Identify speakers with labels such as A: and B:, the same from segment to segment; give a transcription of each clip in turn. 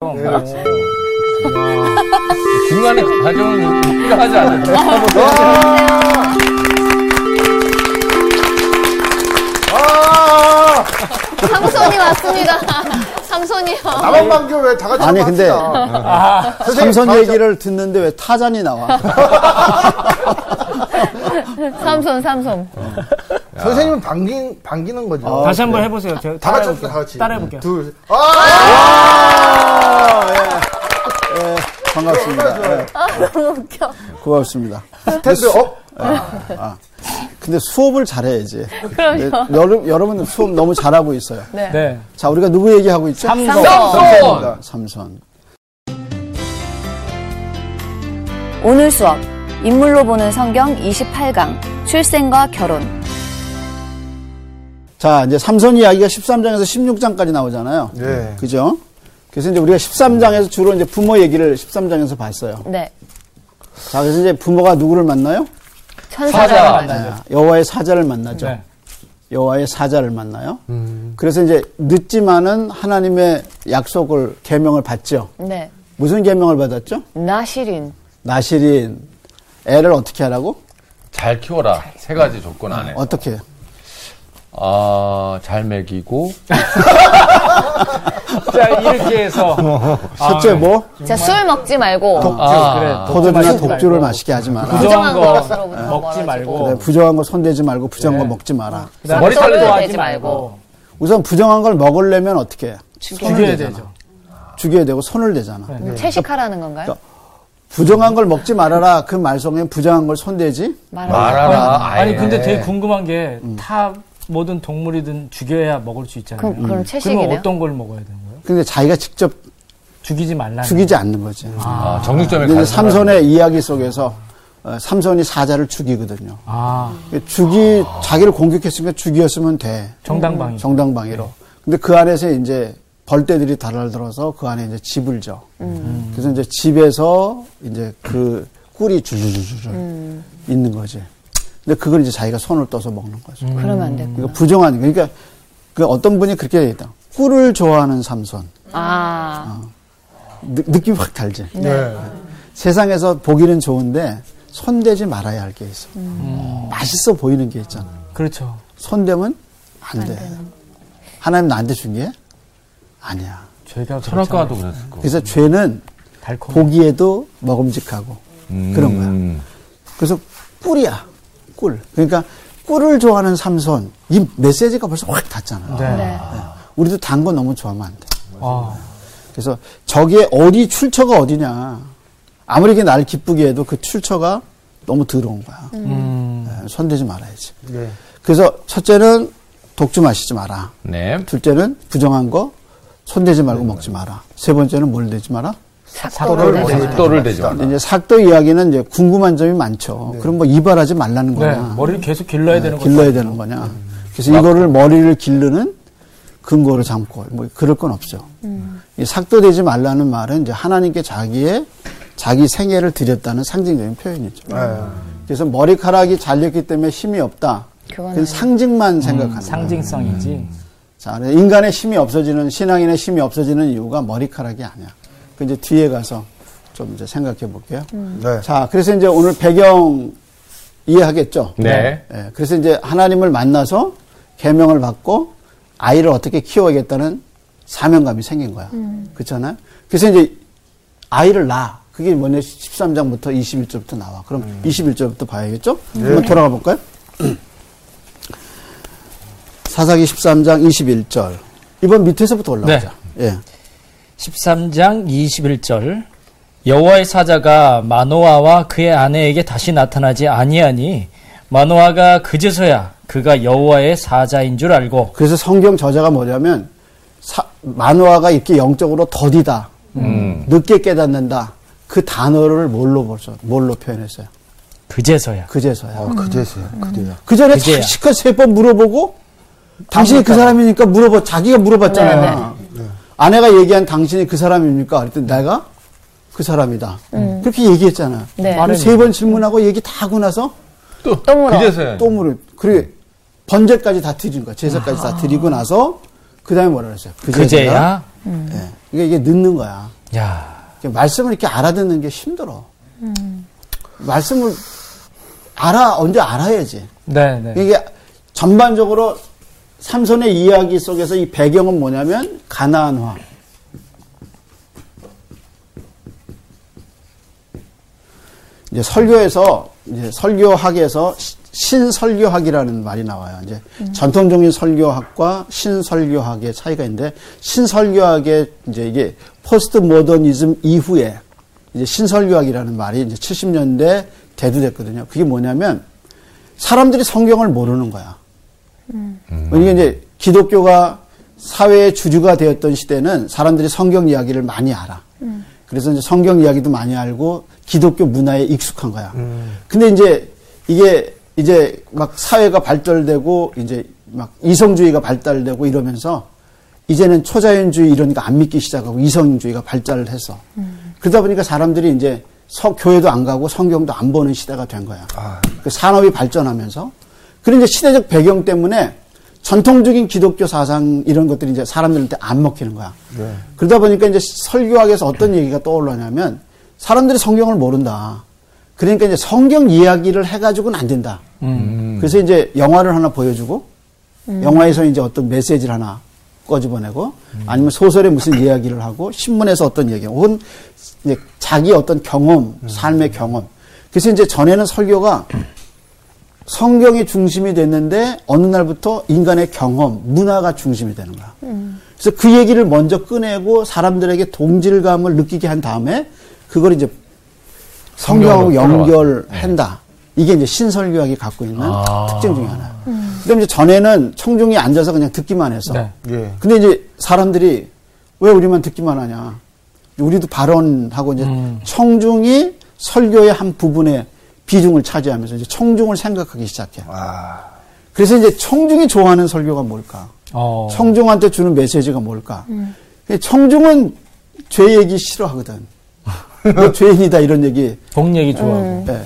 A: 어.
B: 중간에 과정은 필요하지 않아요.
C: 아,
D: 삼손이 왔습니다. 삼손이요.
C: 나만 반겨 왜 다 같이
E: 아니,
C: 한번
E: 근데-
C: 합시다. 선생님,
E: 삼선
C: 다 같이
E: 얘기를 듣는데 왜 타잔이 나와?
D: 삼손, 삼손.
C: 아, 선생님은 반기, 반기는 거죠.
A: 어.
B: 어,
A: 다시
B: 네.
A: 한번 해보세요. 제가
C: 다 같이
A: 따라해볼게요.
C: 합시다, 다 같이.
A: 따라해볼게요.
C: 둘, 셋. 아!
E: 반갑습니다. 예,
D: 아, 너무 웃겨.
E: 고맙습니다.
C: 스탠드 업.
E: 근데 수업을 잘해야지. 네,
D: 그럼요.
E: 여러, 여러분은 수업 너무 잘하고 있어요.
B: 네.
E: 자, 우리가 누구 얘기하고 있죠?
D: 삼선.
E: 삼선입니다. 삼선.
F: 오늘 수업 인물로 보는 성경 28강 출생과 결혼
E: 자, 이제 삼선 이야기가 13장에서 16장까지 나오잖아요.
C: 네.
E: 그죠? 그래서 이제 우리가 13장에서 주로 이제 부모 얘기를 13장에서 봤어요.
D: 네.
E: 자, 그래서 이제 부모가 누구를 만나요?
D: 천사를
B: 사자.
D: 만나.
E: 아, 여호와의 사자를 만나죠.
B: 네.
E: 여호와의 사자를 만나요. 그래서 이제 늦지만은 하나님의 약속을 계명을 받죠.
D: 네.
E: 무슨 계명을 받았죠?
D: 나시린.
E: 나시린 애를 어떻게 하라고?
B: 잘 키워라. 세 가지 조건 안에.
E: 어떻게? 어,
B: 아, 잘 먹이고.
A: 자, 이렇게 해서.
E: 첫째 뭐?
D: 자, 술 먹지 말고.
B: 아,
E: 포도주나 독주를 마시게 하지 마라.
D: 부정- 부정한
A: 부정한 거
D: 거로부터
A: 먹지
D: 멀어지고. 네,
E: 네,
A: 말고.
E: 부정한 거 손대지 말고 부정한 거 먹지 마라.
A: 그다음에
B: 머리털도
A: 썰도
D: 하지 말고.
E: 우선 부정한 걸 먹으려면 어떻게 해?
A: 죽여야 되죠.
E: 죽여야 되고 손을 대잖아.
F: 네.
D: 네. 채식하라는 건가요?
E: 부정한 걸 먹지 말아라. 그 말썽에 부정한 걸 손대지?
F: 네.
D: 말하라.
B: 말하라. 아예.
A: 아니, 근데 되게 궁금한 게, 타 모든 동물이든 죽여야 먹을 수 있잖아요.
D: 그럼- 음. 그럼 채식이네요?
A: 그러면 어떤 걸 먹어야 되는 거예요?
E: 근데 자기가 직접
A: 죽이지 말라는.
E: 죽이지 않는 거지.
B: 아, 정육점에
E: 근데
B: 가서.
E: 이제 삼손의 이야기 속에서 어, 삼손이 사자를 죽이거든요.
A: 아,
E: 죽이 자기를 공격했으니까 죽이었으면 돼.
A: 정당방위.
E: 정당방위로. 근데 그 안에서 이제 벌떼들이 달아들어서 그 안에 이제 집을 져. 그래서 이제 집에서 이제 그 꿀이 주주주주주 있는 거지. 근데 그걸 이제 자기가 손을 떠서 먹는 거죠.
F: 음.
D: 그러면 안 되고.
E: 그러니까 부정한, 그러니까 그 어떤 분이 그렇게 얘기했다. 꿀을 좋아하는 삼손.
D: 아.
E: 느, 느낌 확 달지.
C: 네.
E: 세상에서 보기는 좋은데 손대지 말아야 할 게 있어. 음. 맛있어 보이는 게 있잖아.
A: 그렇죠.
E: 손대면 안 돼. 하나님 나한테 준 게 아니야.
A: 저희가
B: 철학과도 그랬을 거.
E: 그래서 죄는
A: 달콤.
E: 보기에도 먹음직하고 그런 거야. 그래서 꿀이야. 꿀. 그러니까 꿀을 좋아하는 삼손. 이 메시지가 벌써 확 닿잖아.
A: 네.
D: 네.
E: 우리도 단 거 너무 좋아하면 안 돼.
A: 아,
E: 그래서 저게 어디 출처가 어디냐. 아무리 이게 날 기쁘게 해도 그 출처가 너무 더러운 거야.
A: 음.
E: 네, 손대지 말아야지.
C: 네.
E: 그래서 첫째는 독주 마시지 마라.
B: 네.
E: 둘째는 부정한 거 손대지 말고 먹지 마라. 세 번째는 뭘 대지 마라.
D: 사도를 내지
C: 먹지 말고.
D: 마.
B: 또를 대지 말라.
E: 근데 이제 삭도 이야기는 이제 궁금한 점이 많죠. 그럼 뭐 이발하지 말라는
A: 네.
E: 거냐.
A: 머리를 계속 길러야 되는 거죠.
E: 길러야 되는 거냐. 그래서 이거를 머리를 기르는 근거로 삼고 뭐 그럴 건 없죠. 이 삭도되지 말라는 말은 이제 하나님께 자기의 자기 생애를 드렸다는 상징적인 표현이죠.
C: 네.
E: 그래서 머리카락이 잘렸기 때문에 힘이 없다.
D: 그거는 음,
E: 그 상징만 생각하는 거예요.
A: 상징성이지.
E: 자, 인간의 힘이 없어지는, 신앙인의 힘이 없어지는 이유가 머리카락이 아니야. 그 이제 뒤에 가서 좀 이제 생각해 볼게요.
D: 음.
C: 네.
E: 자, 그래서 이제 오늘 배경 이해하겠죠?
B: 네.
E: 예, 그래서 이제 하나님을 만나서 계명을 받고 아이를 어떻게 키워야겠다는 사명감이 생긴 거야. 그렇잖아요? 그래서 이제 아이를 낳아. 그게 뭐냐, 13장부터 21절부터 나와. 그럼 21절부터 봐야겠죠? 한번 돌아가 볼까요? 사사기 13장 21절. 이번 밑에서부터 올라가자. 예.
A: 13장 21절 여호와의 사자가 마노아와 그의 아내에게 다시 나타나지 아니하니 마노아가 그제서야 그가 여호와의 사자인 줄 알고
E: 그래서 성경 저자가 뭐냐면 사- 만화가 이렇게 영적으로 더디다,
B: 음.
E: 늦게 깨닫는다 그 단어를 뭘로 벌써 뭘로 표현했어요?
A: 그제서야
E: 그제서야.
C: 어, 그제서야, 그제야.
E: 그 전에
A: 그제야.
E: 실컷 세 번 물어보고 당신이 그 사람이니까 물어봐 자기가 물어봤잖아요. 아내가 얘기한 당신이 그 사람입니까? 그랬더니 내가 그 사람이다. 그렇게 얘기했잖아요.
D: 네.
E: 세 번 질문하고 얘기 다 하고 나서
B: 또,
D: 또 물어.
B: 그제서야.
E: 또 물을 그래 번제까지 다 드린 거야. 제사까지 다 드리고 나서 그 다음에 뭐라 그랬어요?
A: 그제야
E: 이게, 이게 늦는 거야.
B: 야.
E: 이게 말씀을 이렇게 알아듣는 게 힘들어. 말씀을 알아, 언제 알아야지.
A: 네, 네.
E: 이게 전반적으로 삼손의 이야기 속에서 이 배경은 뭐냐면 가나안 왕. 이제 설교에서 이제 설교학에서 시- 신설교학이라는 말이 나와요. 이제 전통적인 설교학과 신설교학의 차이가 있는데 신설교학의 이제 이게 포스트 모더니즘 이후에 이제 신설교학이라는 말이 이제 70년대 대두됐거든요. 그게 뭐냐면 사람들이 성경을 모르는 거야. 왜냐면 이제 기독교가 사회의 주주가 되었던 시대는 사람들이 성경 이야기를 많이 알아. 그래서 이제 성경 이야기도 많이 알고 기독교 문화에 익숙한 거야. 근데 이제 이게 이제 막 사회가 발달되고 이제 막 이성주의가 발달되고 이러면서 이제는 초자연주의 이런 거 안 믿기 시작하고 이성주의가 발달을 해서 그러다 보니까 사람들이 이제 서, 교회도 안 가고 성경도 안 보는 시대가 된 거야. 그 산업이 발전하면서 그리고 이제 시대적 배경 때문에 전통적인 기독교 사상 이런 것들이 이제 사람들한테 안 먹히는 거야. 그러다 보니까 이제 설교학에서 어떤 얘기가 떠올라냐면 사람들이 성경을 모른다. 그러니까 이제 성경 이야기를 해가지고는 안 된다. 그래서 이제 영화를 하나 보여주고 음. 영화에서 이제 어떤 메시지를 하나 꺼집어내고 아니면 소설에 무슨 이야기를 하고 신문에서 어떤 얘기 혹은 이제 자기 어떤 경험 삶의 경험 그래서 이제 전에는 설교가 성경이 중심이 됐는데 어느 날부터 인간의 경험 문화가 중심이 되는 거야 그래서 그 얘기를 먼저 꺼내고 사람들에게 동질감을 느끼게 한 다음에 그걸 이제 성경하고
B: 성경으로
E: 네. 연결한다 이게 이제 신설교학이 갖고 있는
B: 아.
E: 특징 중에 하나야. 근데 이제 전에는 청중이 앉아서 그냥 듣기만 해서.
A: 네.
C: 예.
E: 근데 이제 사람들이 왜 우리만 듣기만 하냐. 우리도 발언하고 이제
A: 음.
E: 청중이 설교의 한 부분에 비중을 차지하면서 이제 청중을 생각하기 시작해. 그래서 이제 청중이 좋아하는 설교가 뭘까?
A: 어.
E: 청중한테 주는 메시지가 뭘까? 청중은 죄 얘기 싫어하거든. 너 죄인이다 이런 얘기
A: 복 얘기 좋아하고.
E: 예.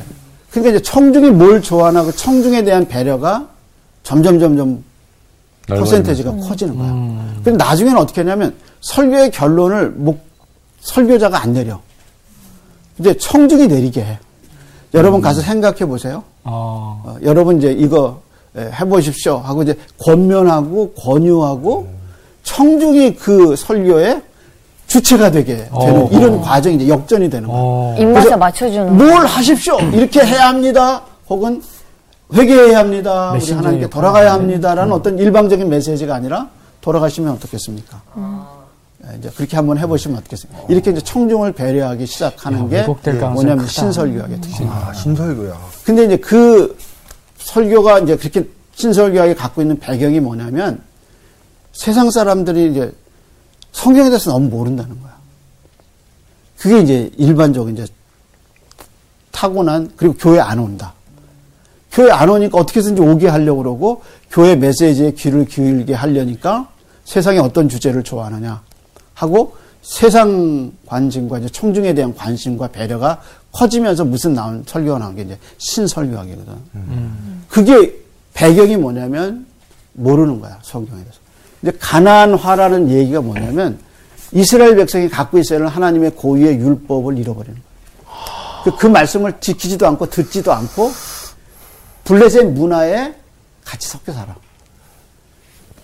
E: 그러니까 이제 청중이 뭘 좋아하나 그 청중에 대한 배려가 점점 점점
B: 넓어지는 음.
E: 퍼센테이지가 커지는 거야. 근데 나중에는 어떻게 하냐면 설교의 결론을 목 설교자가 안 내려. 이제 청중이 내리게 해.
B: 음.
E: 여러분 가서 생각해 보세요.
A: 어.
E: 어, 여러분 이제 이거 예, 해보십시오 하고 이제 권면하고 권유하고 청중이 그 설교의 주체가 되게 되는
A: 어.
E: 이런 과정이 이제 역전이 되는 거야.
D: 네.
A: 어.
F: 입맛에
E: 그래서
F: 맞춰주는
E: 뭘 하십시오. 이렇게 해야 합니다. 혹은 회개해야 합니다. 우리
A: 메신저의
E: 하나님께
A: 역할을
E: 돌아가야 합니다라는
A: 음.
E: 어떤 일방적인 메시지가 아니라 돌아가시면 어떻겠습니까? 예, 이제 그렇게 한번 해보시면 어떻겠습니까? 이렇게 이제 청중을 배려하기 시작하는
A: 야,
E: 게 예,
A: 왜곡될 가능성이
E: 뭐냐면
A: 크다.
E: 신설교학의 특징.
C: 아, 신설교야.
E: 근데 이제 그 설교가 이제 그렇게 신설교학이 갖고 있는 배경이 뭐냐면 세상 사람들이 이제 성경에 대해서 너무 모른다는 거야. 그게 이제 일반적인 이제 타고난 그리고 교회 안 온다. 교회 안 오니까 어떻게 해서든지 오게 하려고 그러고 교회 메시지에 귀를 기울게 하려니까 세상에 어떤 주제를 좋아하느냐 하고 세상 관심과 이제 청중에 대한 관심과 배려가 커지면서 무슨 나온 설교가 나온 게 이제 신설교학이거든. 그게 배경이 뭐냐면 모르는 거야 성경에 대해서. 근데 가난화라는 얘기가 뭐냐면 이스라엘 백성이 갖고 있어야 할 하나님의 고유의 율법을 잃어버리는 거야. 그, 그 말씀을 지키지도 않고 듣지도 않고 블레셋 문화에 같이 섞여 살아.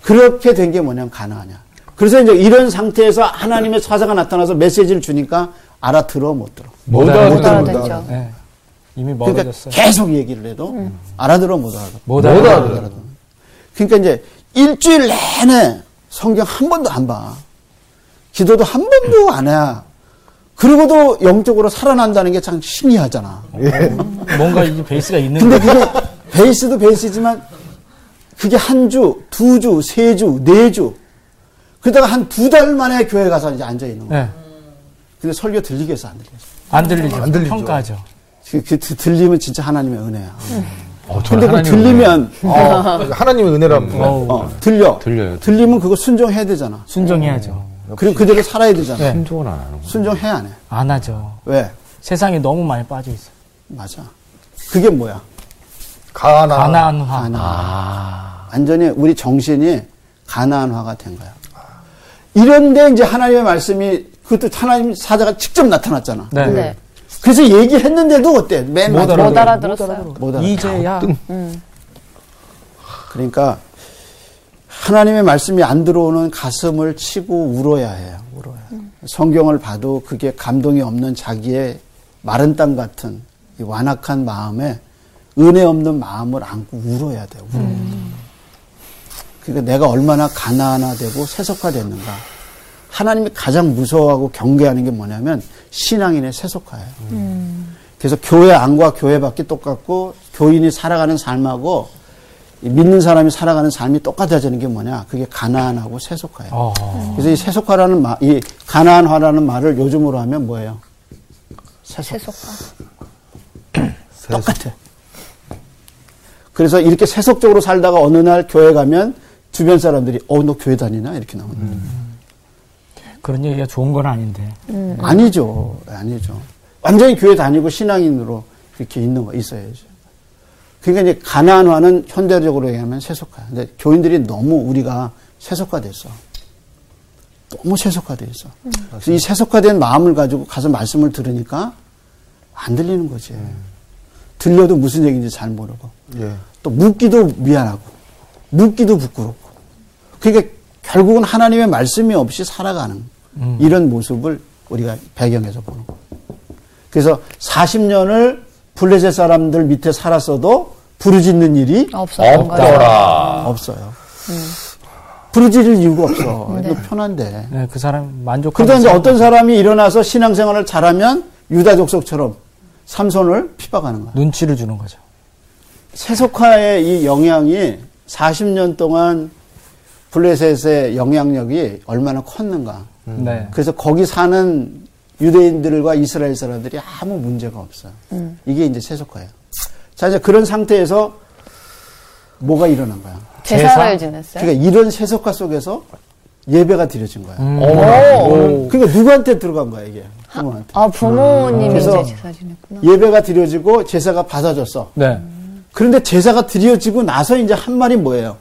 E: 그렇게 된 게 뭐냐면 가능하냐. 그래서 이제 이런 상태에서 하나님의 사자가 나타나서 메시지를 주니까 알아들어 못 들어.
B: 못 알아듣는
C: 못
F: 알아듣죠.
A: 네. 이미
E: 그러니까
A: 멀어졌어요.
E: 계속 얘기를 해도 알아들어 못 알아들어.
A: 못
B: 못
A: 알아.
B: 알아듣는
E: 그러니까 이제 일주일 내내 성경 한 번도 안 봐. 기도도 한 번도 안 해. 그리고도 영적으로 살아난다는 게 참 신기하잖아.
A: 뭔가 이제 베이스가 있는
E: 근데
A: 거.
E: 그게 베이스도 베이스지만 그게 한 주, 두 주, 세 주, 네 주. 그러다가 한 두 달 만에 교회 가서 이제 앉아 있는 거야.
A: 네.
E: 근데 설교 들리게 해서 안 들리겠어.
A: 안 들리죠.
C: 안 들리죠.
A: 평가하죠.
E: 그, 그 드- 들리면 진짜 하나님의 은혜야.
B: 어, 저는
E: 근데 그
B: 하나님을
E: 들리면
C: 아, 하나님의 은혜라면.
A: 어우,
E: 어, 들려.
B: 음. 들려요.
E: 들리면 그거 순종해야 되잖아.
A: 순정해야죠.
E: 그리고 그대로 살아야 되잖아.
A: 네.
B: 신조는 안 하는
E: 순종해야 안 해.
A: 안 하죠.
E: 왜?
A: 세상에 너무 많이 빠져 있어. 요
E: 맞아. 그게 뭐야? 아,
C: 가나.
A: 가난화.
E: 가난. 완전히 우리 정신이 가난화가 된 거야. 이런데 이제 하나님의 말씀이 그것도 하나님 사자가 직접 나타났잖아.
A: 네.
D: 네.
E: 그래서 얘기했는데도 어때? 맨
A: 못
E: 마지막에
D: 못 알아들었어요. 음.
E: 못 알아.
A: 이제야
E: 그러니까 하나님의 말씀이 안 들어오는 가슴을 치고 울어야 해요. 울어야. 성경을 봐도 그게 감동이 없는 자기의 마른 땅 같은 이 완악한 마음에 은혜 없는 마음을 안고 울어야 돼요. 울어야 돼요. 그러니까 내가 얼마나 가난하되고 세속화됐는가. 하나님이 가장 무서워하고 경계하는 게 뭐냐면 신앙인의 세속화예요. 그래서 교회 안과 교회 밖이 똑같고 교인이 살아가는 삶하고 이 믿는 사람이 살아가는 삶이 똑같아지는 게 뭐냐? 그게 가난하고 세속화예요.
A: 어.
E: 그래서 이 세속화라는 말, 이 가난화라는 말을 요즘으로 하면 뭐예요? 세속.
F: 세속화.
E: 똑같아. 그래서 이렇게 세속적으로 살다가 어느 날 교회 가면 주변 사람들이 어, 너 교회 다니나? 이렇게 나오는 거예요.
A: 그런 얘기가 좋은 건 아닌데.
E: 아니죠. 아니죠. 완전히 교회 다니고 신앙인으로 이렇게 있는 거 있어야죠. 그러니까 이제 가난화는 현대적으로 얘기하면 세속화. 근데 교인들이 너무 우리가 세속화됐어. 너무 세속화돼 있어. 그래서 이 세속화된 마음을 가지고 가서 말씀을 들으니까 안 들리는 거지. 들려도 무슨 얘기인지 잘 모르고.
C: 예.
E: 또 묻기도 미안하고 묻기도 부끄럽고 그러니까 결국은 하나님의 말씀이 없이 살아가는
A: 음.
E: 이런 모습을 우리가 배경에서 보는 거예요. 그래서 40년을 블레셋 사람들 밑에 살았어도 부르짖는 일이
F: 없었던 거예요.
B: 없더라.
E: 어, 없어요. 부르짖을 이유가 없어.
F: 네.
E: 이거 편한데.
A: 네, 그 사람 만족하고.
E: 그러다 그러니까 이제 어떤 사람이 일어나서 신앙생활을 잘하면 유다 족속처럼 삼손을 피박하는 거야.
A: 눈치를 주는 거죠.
E: 세속화의 이 영향이 40년 동안 블레셋의 영향력이 얼마나 컸는가.
A: 네.
E: 음. 그래서 거기 사는 유대인들과 이스라엘 사람들이 아무 문제가 없어요. 이게 이제 세속화예요. 자, 이제 그런 상태에서 뭐가 일어난 거야?
D: 제사를
A: 제사?
D: 지냈어요.
E: 그러니까 이런 세속화 속에서 예배가 드려진 거야.
A: 음.
E: 그러니까 누구한테 들어간 거야, 이게? 부모한테.
F: 아, 부모님이
E: 그래서-
F: 이제 제사 지냈구나.
E: 예배가 드려지고 제사가 받아졌어.
A: 네.
E: 그런데 제사가 드려지고 나서 이제 한 말이 뭐예요?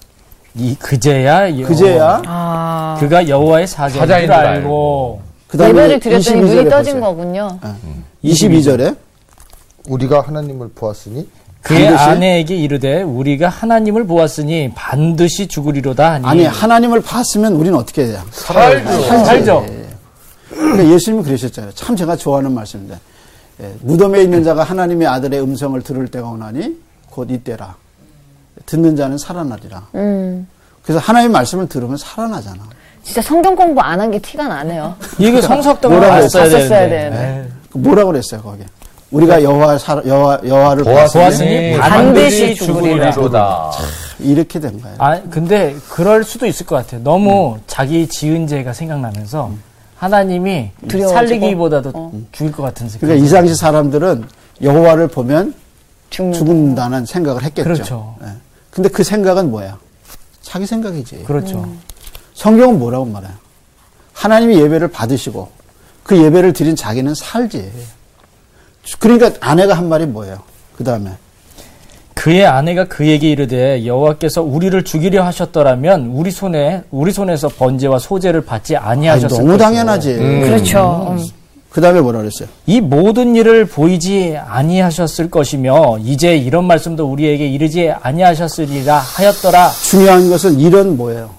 A: 이 그제야 여호와.
E: 그제야
D: 아.
A: 그가 여호와의 사자인
B: 사자인
A: 줄
B: 줄
A: 알고.
E: 그다음에
F: 예배를 네 드렸더니 눈이
E: 22절에
F: 떠진
E: 보세요.
F: 거군요.
E: 22절에
B: 음.
C: 우리가 하나님을 보았으니
A: 그의
E: 반드시?
A: 아내에게 이르되 우리가 하나님을 보았으니 반드시 죽으리로다 하니
E: 아니 하나님을 봤으면 우리는 어떻게 해야 돼요?
B: 살죠.
A: 네. 살죠.
E: 네. 그러니까 예수님이 그러셨잖아요. 참 제가 좋아하는 말씀인데 예, 무덤에 있는 자가 하나님의 아들의 음성을 들을 때가 오나니 곧 이때라. 듣는 자는 살아나리라.
F: 음.
E: 그래서 하나님의 말씀을 들으면 살아나잖아.
F: 진짜 성경 공부 안 한 게 티가 나네요. 아,
A: 이게 성석동을
E: 뭐라고
A: 봤어야
F: 봤었어야
A: 되는데.
B: 네.
E: 그 뭐라고 그랬어요 거기? 우리가 여호와 사- 여호와 여호와를
B: 보았으니
A: 보았으니
F: 반드시
A: 반드시 죽으리라.
B: 죽으리로다.
E: 이렇게 된 거예요.
A: 아 근데 그럴 수도 있을 것 같아요. 너무 자기 지은 죄가 생각나면서
E: 음.
A: 하나님이
F: 두려워지고.
A: 살리기보다도 죽일 것 같은 생각.
E: 어. 그러니까 이 당시 사람들은 여호와를 보면
F: 죽는.
E: 죽는다는 생각을 했겠죠.
A: 그렇죠.
E: 예. 근데 그 생각은 뭐야? 자기 생각이지.
A: 그렇죠.
E: 성경은 뭐라고 말해요? 하나님이 예배를 받으시고 그 예배를 드린 자기는 살지. 그러니까 아내가 한 말이 뭐예요? 그 다음에
A: 그의 아내가 그에게 이르되 여호와께서 우리를 죽이려 하셨더라면 우리 손에 우리 손에서 번제와 소제를 받지
E: 아니,
A: 아니하셨을 음.
E: 너무
A: 것이오.
E: 당연하지.
F: 그렇죠.
E: 그 다음에 뭐라 그랬어요?
A: 이 모든 일을 보이지 아니하셨을 것이며 이제 이런 말씀도 우리에게 이르지 아니하셨으리라 하였더라.
E: 중요한 것은 이런 뭐예요?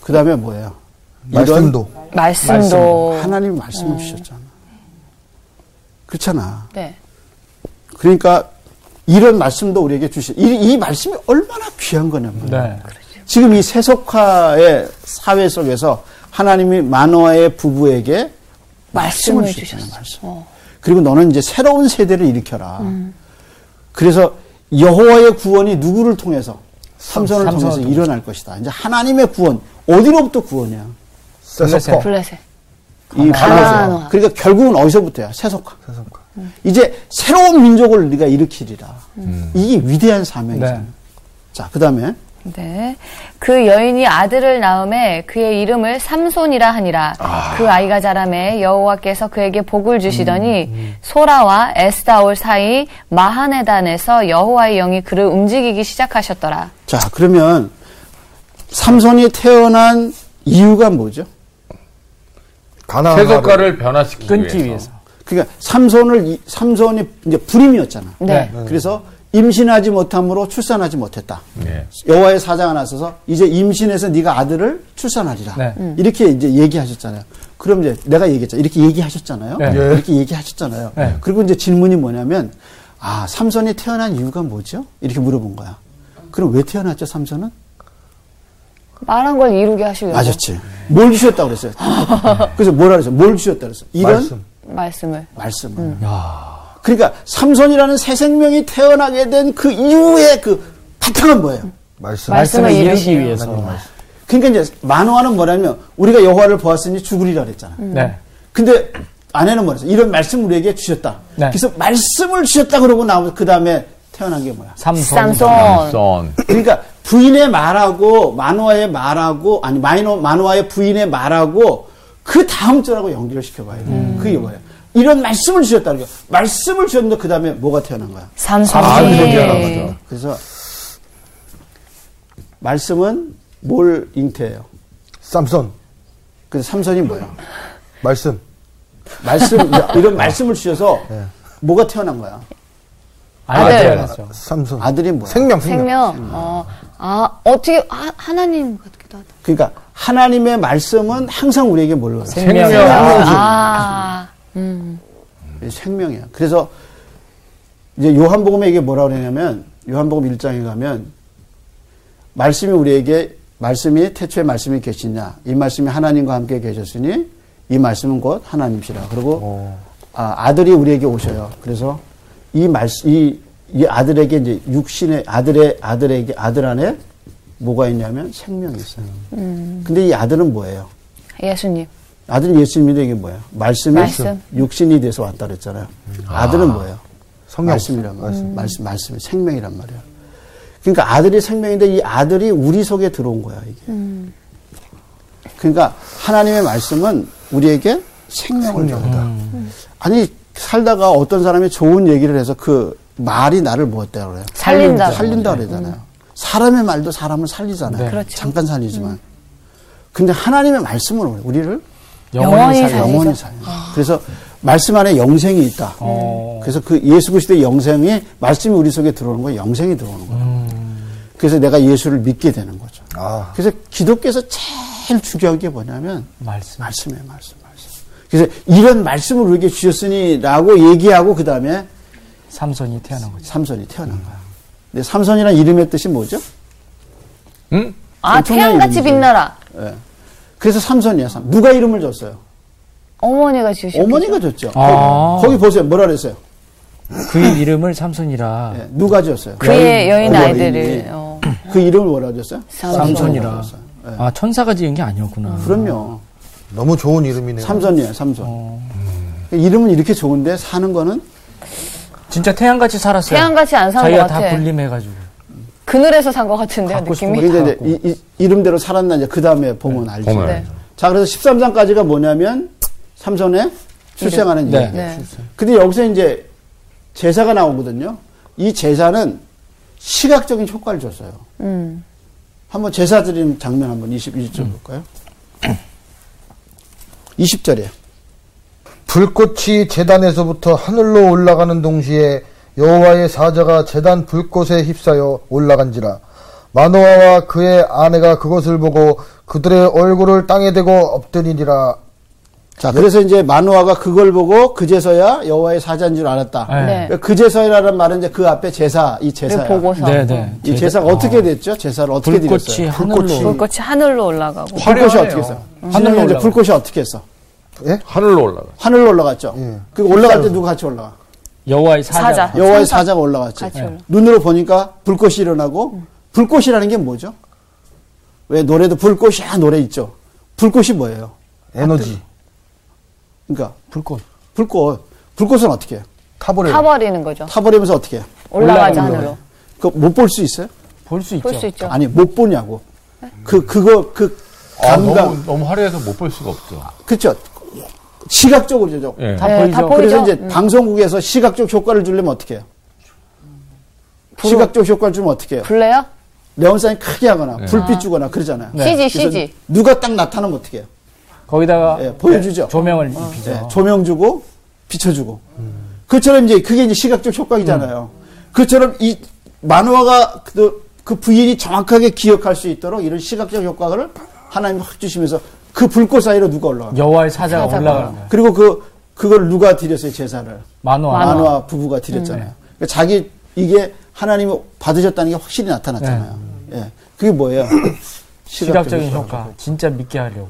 E: 그 다음에 뭐예요?
C: 말씀도
F: 음. 말씀도.
E: 하나님 말씀을 주셨잖아. 그렇잖아.
F: 네.
E: 그러니까 이런 말씀도 우리에게 주신 이, 이 말씀이 얼마나 귀한 거냐면
A: 네.
E: 지금 이 세속화의 사회 속에서 하나님이 만화의 부부에게 말씀을
F: 말씀을
E: 주셨다는
F: 주셨어.
E: 말씀. 그리고 너는 이제 새로운 세대를 일으켜라. 그래서 여호와의 구원이 누구를 통해서 삼손을
A: 삼손을
E: 통해서
A: 통해서.
E: 일어날 것이다. 이제 하나님의 구원 어디로부터 구원이야? 어.
C: 세서퍼
F: 블레셋.
E: 이
F: 가나안화.
E: 가나안. 그러니까 결국은 어디서부터야? 세속화.
C: 세서퍼
E: 이제 새로운 민족을 네가 일으키리라. 이게 위대한 사명이잖아.
A: 네.
E: 자, 그다음에
F: 네. 그 여인이 아들을 낳음에 그의 이름을 삼손이라 하니라. 그 아이가 자라매 여호와께서 그에게 복을
E: 음,
F: 주시더니 소라와 에스다올 사이 마하네단에서 여호와의 영이 그를 움직이기 시작하셨더라.
E: 자, 그러면 삼손이 태어난 이유가 뭐죠?
C: 단어 하나를
B: 세속가를 변화시키기
A: 끊기
B: 위해서.
A: 위해서.
E: 그러니까 삼손을 이- 삼손이 이제 불임이었잖아.
D: 네.
E: 그래서 임신하지 못함으로 출산하지 못했다.
B: 네.
E: 여호와의 사자가 나서서 이제 임신해서 네가 아들을 출산하리라.
A: 네.
E: 이렇게 이제 얘기하셨잖아요. 그럼 이제 내가 얘기했죠. 이렇게 얘기하셨잖아요.
A: 네.
C: 예.
E: 이렇게 얘기하셨잖아요.
A: 네.
E: 그리고 이제 질문이 뭐냐면 아 삼손이 태어난 이유가 뭐죠? 이렇게 물어본 거야. 그럼 왜 태어났죠 삼손은?
F: 말한 걸 이루게
A: 네.
F: 하시려고
E: 맞았지. 뭘 주셨다고 그랬어요. 그래서 뭐라 그랬어요? 뭘 주셨다고 그랬어요? 이런
C: 말씀.
F: 말씀을
E: 말씀을. 그러니까 삼손이라는 새 생명이 태어나게 된 그 이후의 그 바탕은 뭐예요?
C: 말씀.
F: 말씀을
A: 말씀을 이루기
F: 이루시기
A: 위해서.
E: 그러니까 이제 만화는 뭐냐면 우리가 여호와를 보았으니 죽으리라 그랬잖아.
A: 네.
E: 근데 아내는 뭐랬어? 이런 말씀 우리에게 주셨다.
A: 네.
E: 그래서 말씀을 주셨다 그러고 나면 그 다음에 태어난 게 뭐야?
A: 삼손.
F: 삼손
B: 선.
E: 그러니까 부인의 말하고 만화의 말하고 아니 마이너 만화의 부인의 말하고 그 다음 절하고 연결을 시켜봐야 돼. 그게 뭐예요? 이런 말씀을 주셨다는 거야. 말씀을 주셨는데 그 다음에 뭐가 태어난 거야? 네.
F: 삼손이
B: 아, 그게
F: 네.
B: 태어난 거죠.
E: 그래서 말씀은 뭘 잉태해요?
C: 삼손.
E: 그래서 삼선이 뭐야?
C: 말씀.
E: 말씀 이런 말씀을 주셔서
A: 네.
E: 뭐가 태어난 거야?
A: 아들. 네.
F: 아들.
A: 태어났죠.
C: 삼손.
E: 아들이 뭐야?
C: 생명, 생명.
F: 생명 어, 아 어떻게 하, 하나님 같기도 하다
E: 그러니까 하나님의 말씀은 항상 우리에게 뭘로 와요?
A: 생명.
F: 아
E: 생명이야. 그래서 이제 요한복음에 이게 뭐라 그러냐면 요한복음 1장에 가면 말씀이 우리에게 말씀이 태초에 말씀이 계시냐 이 말씀이 하나님과 함께 계셨으니 이 말씀은 곧 하나님이시라. 그리고 아, 아들이 우리에게 오셔요. 그래서 이 말씀 이, 이 아들에게 이제 육신의 아들의 아들에게 아들 안에 뭐가 있냐면 생명이 있어요. 근데 이 아들은 뭐예요?
F: 예수님
E: 아들은 예수님인데 이게 뭐예요? 말씀이
F: 말씀.
E: 육신이 돼서 왔다 그랬잖아요. 아들은 뭐예요?
C: 성령.
E: 말씀이란 말이에요.
F: 음.
E: 말씀, 말씀이 생명이란 말이에요. 그러니까 아들이 생명인데 이 아들이 우리 속에 들어온 거야, 이게.
F: 음.
E: 그러니까 하나님의 말씀은 우리에게 생명을 음. 준다. 아니, 살다가 어떤 사람이 좋은 얘기를 해서 그 말이 나를 뭐였다 그래요?
F: 살린다.
E: 살린다 그러잖아요. 사람의 말도 사람을 살리잖아요.
F: 그렇죠.
E: 잠깐 살리지만.
F: 음.
E: 근데 하나님의 말씀은 우리를
A: 영원히
F: 영원히
A: 살
F: 살-
E: 영원히 살려. 그래서 말씀 안에 영생이 있다.
A: 어.
E: 그래서 그 예수 그리스도의 영생이 말씀이 우리 속에 들어오는 거예요. 영생이 들어오는 거예요. 그래서 내가 예수를 믿게 되는 거죠.
C: 아.
E: 그래서 기독교에서 제일 중요한 게 뭐냐면
A: 말씀.
E: 말씀이에요, 말씀, 말씀. 그래서 이런 말씀을 우리에게 주셨으니라고 얘기하고 그 다음에
A: 삼손이 태어난 거죠.
E: 삼손이 태어난 거야. 근데 삼손이란 이름의 뜻이 뭐죠?
B: 응?
F: 아
E: 엄청난
F: 태양같이
E: 이름이죠.
F: 빛나라
E: 예. 그래서 삼손이야. 삼. 누가 이름을 줬어요?
F: 어머니가 지으신
E: 어머니가 줬죠.
A: 아.
E: 거기 보세요. 뭐라 그랬어요?
A: 그의 이름을 삼손이라.
E: 예, 누가 지었어요?
F: 그의 여인
E: 어머니.
F: 아이들을 어,
E: 그 이름을 뭐라 그랬어요?
F: 삼손.
A: 삼손이라. 아 천사가 지은 게 아니었구나.
E: 네. 그럼요.
C: 너무 좋은
F: 음.
C: 이름이네요.
E: 삼손이에요, 삼손.
F: 어.
E: 그 이름은 이렇게 좋은데 사는 거는
A: 진짜 태양같이 살았어요.
F: 태양같이 안 사는
A: 자기가
F: 것 같아.
A: 다 분림해가지고.
F: 그늘에서 산 것 같은데요
A: 갖고 싶은
F: 느낌이
E: 우리가 이제
A: 하고.
E: 이, 이, 름대로 살았나 이제 그 다음에 보면 알죠.
B: 보면
F: 네.
E: 자, 그래서 13장까지가 뭐냐면 삼손의 출생하는
A: 네.
E: 얘기예요.
F: 네.
E: 근데 여기서 이제 제사가 나오거든요. 이 제사는 시각적인 효과를 줬어요.
F: 음.
E: 한번 제사 드리는 장면 한번 21절 볼까요? 20절이에요.
C: 불꽃이 재단에서부터 하늘로 올라가는 동시에 여호와의 사자가 재단 불꽃에 휩싸여 올라간지라 마노아와 그의 아내가 그것을 보고 그들의 얼굴을 땅에 대고 엎드리니라
E: 자, 그래서 이제 마누아가 그걸 보고 그제서야 여호와의 사자인 줄 알았다.
A: 네.
E: 그러니까 그제서야라는 말은 이제 그 앞에 제사, 이 제사.
F: 를 보고서
A: 네, 네.
E: 이 제사가 어떻게 됐죠? 제사를 어떻게
A: 불꽃이
E: 드렸어요?
A: 하늘로.
F: 불꽃이 하늘로 올라가고
E: 불꽃이
B: 화려하네요.
E: 어떻게 했어요?
A: 하늘로
E: 하늘로 이제
A: 아. 올라가.
E: 불꽃이 어떻게 했어?
C: 예?
B: 하늘로 올라가.
E: 하늘로 올라갔죠.
C: 예.
E: 그 올라갈 때 누가 같이 올라가?
A: 여호와의 사자.
F: 사자.
E: 여호와의 사자가 올라갔지.
A: 네.
F: 같이 올라가.
E: 눈으로 보니까 불꽃이 일어나고 불꽃이라는 게 뭐죠? 왜 노래도 불꽃이야 아, 노래 있죠. 불꽃이 뭐예요?
C: 에너지
E: 그러니까
A: 불꽃.
E: 불꽃 불꽃은 어떻게 해요?
C: 타버려
F: 타버리는 거죠
E: 타버리면서 어떻게 해요? 그렇죠.
F: 올라가지
A: 올라가는
F: 하늘로
E: 그거 못 볼 수 있어요?
A: 네, 볼 수 있죠.
F: 볼 수 있죠 네.
E: 아니 못 보냐고. 그 그거 그
B: 아,
E: 감각
B: 너무, 너무 화려해서 못 볼 수가 없죠.
E: 그렇죠. 시각적으로 저죠.
B: 예.
A: 다
F: 네,
A: 보이죠.
F: 다
E: 그래서
F: 보이죠?
E: 이제 방송국에서 시각적 효과를 주려면 어떻게 해요? 시각적 효과를 주면 어떻게 해요?
F: 불러요?
E: 네온사인 크게 하거나
B: 네.
E: 불빛 주거나 그러잖아요.
F: CG,
E: 그래서
F: CG.
E: 누가 딱 나타나면 어떻게 해요?
A: 거기다가
E: 예, 보여주죠.
A: 네, 조명을 입히죠.
E: 네, 조명 주고 비춰주고 그처럼 이제 그게 이제 시각적 효과이잖아요. 그처럼 이 만화가 그, 그 부인이 정확하게 기억할 수 있도록 이런 시각적 효과를 하나님 확 주시면서 그 불꽃 사이로 누가 올라가?
A: 여호와의 사자가
F: 사자가.
A: 올라가는 거예요.
E: 그리고 그 그걸 누가 드렸어요 제사를?
A: 만화. 음, 네.
E: 만화, 부부가 드렸잖아요. 그러니까 자기 이게 하나님이 받으셨다는 게 확실히 나타났잖아요. 예, 그게 뭐예요?
A: 시각적인 네. 효과. 진짜 믿게 하려고.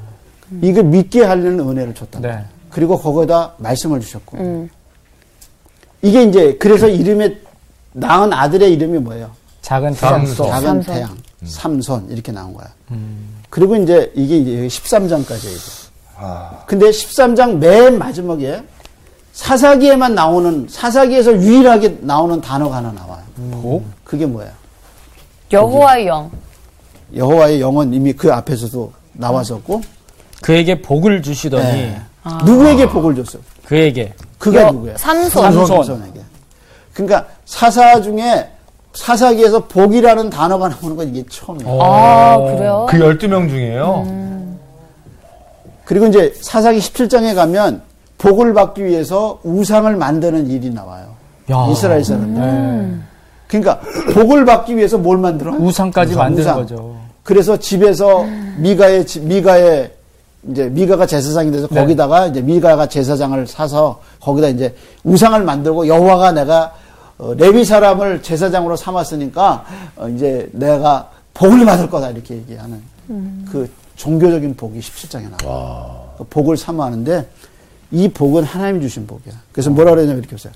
E: 이걸 믿게 하려는 은혜를 줬다.
A: 네.
E: 그리고 거기다 말씀을 주셨고.
F: 음.
E: 이게 이제 그래서 이름에 낳은 아들의 이름이 뭐예요?
A: 작은
B: 작은
A: 태양소.
B: 소.
E: 작은
F: 삼손. 음.
E: 태양, 삼손 이렇게 나온 거야. 그리고 이제 이게 이제 13장까지 얘기.
F: 아.
E: 근데 13장 맨 마지막에 사사기에만 나오는 사사기에서 유일하게 나오는 단어가 하나 나와요. 음.
A: 복.
E: 그게 뭐예요?
F: 여호와의 영.
E: 여호와의 영은 이미 그 앞에서도 나왔었고
A: 그에게 복을 주시더니
E: 예. 누구에게 복을 줬어요?
A: 그에게
E: 그가
F: 여-
E: 누구예요?
F: 삼손.
A: 삼손.
E: 삼손에게. 그러니까 사사 중에 사사기에서 복이라는 단어가 나오는 건 이게 처음이에요.
F: 아, 그래요?
B: 그 12명 중에요?
E: 음. 그리고 이제 사사기 17장에 가면 복을 받기 위해서 우상을 만드는 일이 나와요.
A: 야. 음.
E: 이스라엘 사람들. 그러니까 복을 받기 위해서 뭘 만들어?
A: 우상까지
E: 우상,
A: 만드는
E: 우상.
A: 거죠.
E: 그래서 집에서 미가의 집- 미가의 이제 미가가 제사장이 돼서
A: 네.
E: 거기다가 이제 미가가 제사장을 사서 거기다 이제 우상을 만들고 여호와가 내가 어, 레위 사람을 제사장으로 삼았으니까 어, 이제 내가 복을 받을 거다 이렇게 얘기하는 그 종교적인 복이 17장에 나와. 그 복을 삼아하는데 이 복은 하나님 주신 복이야. 그래서 뭐라 그러냐면 이렇게 써요.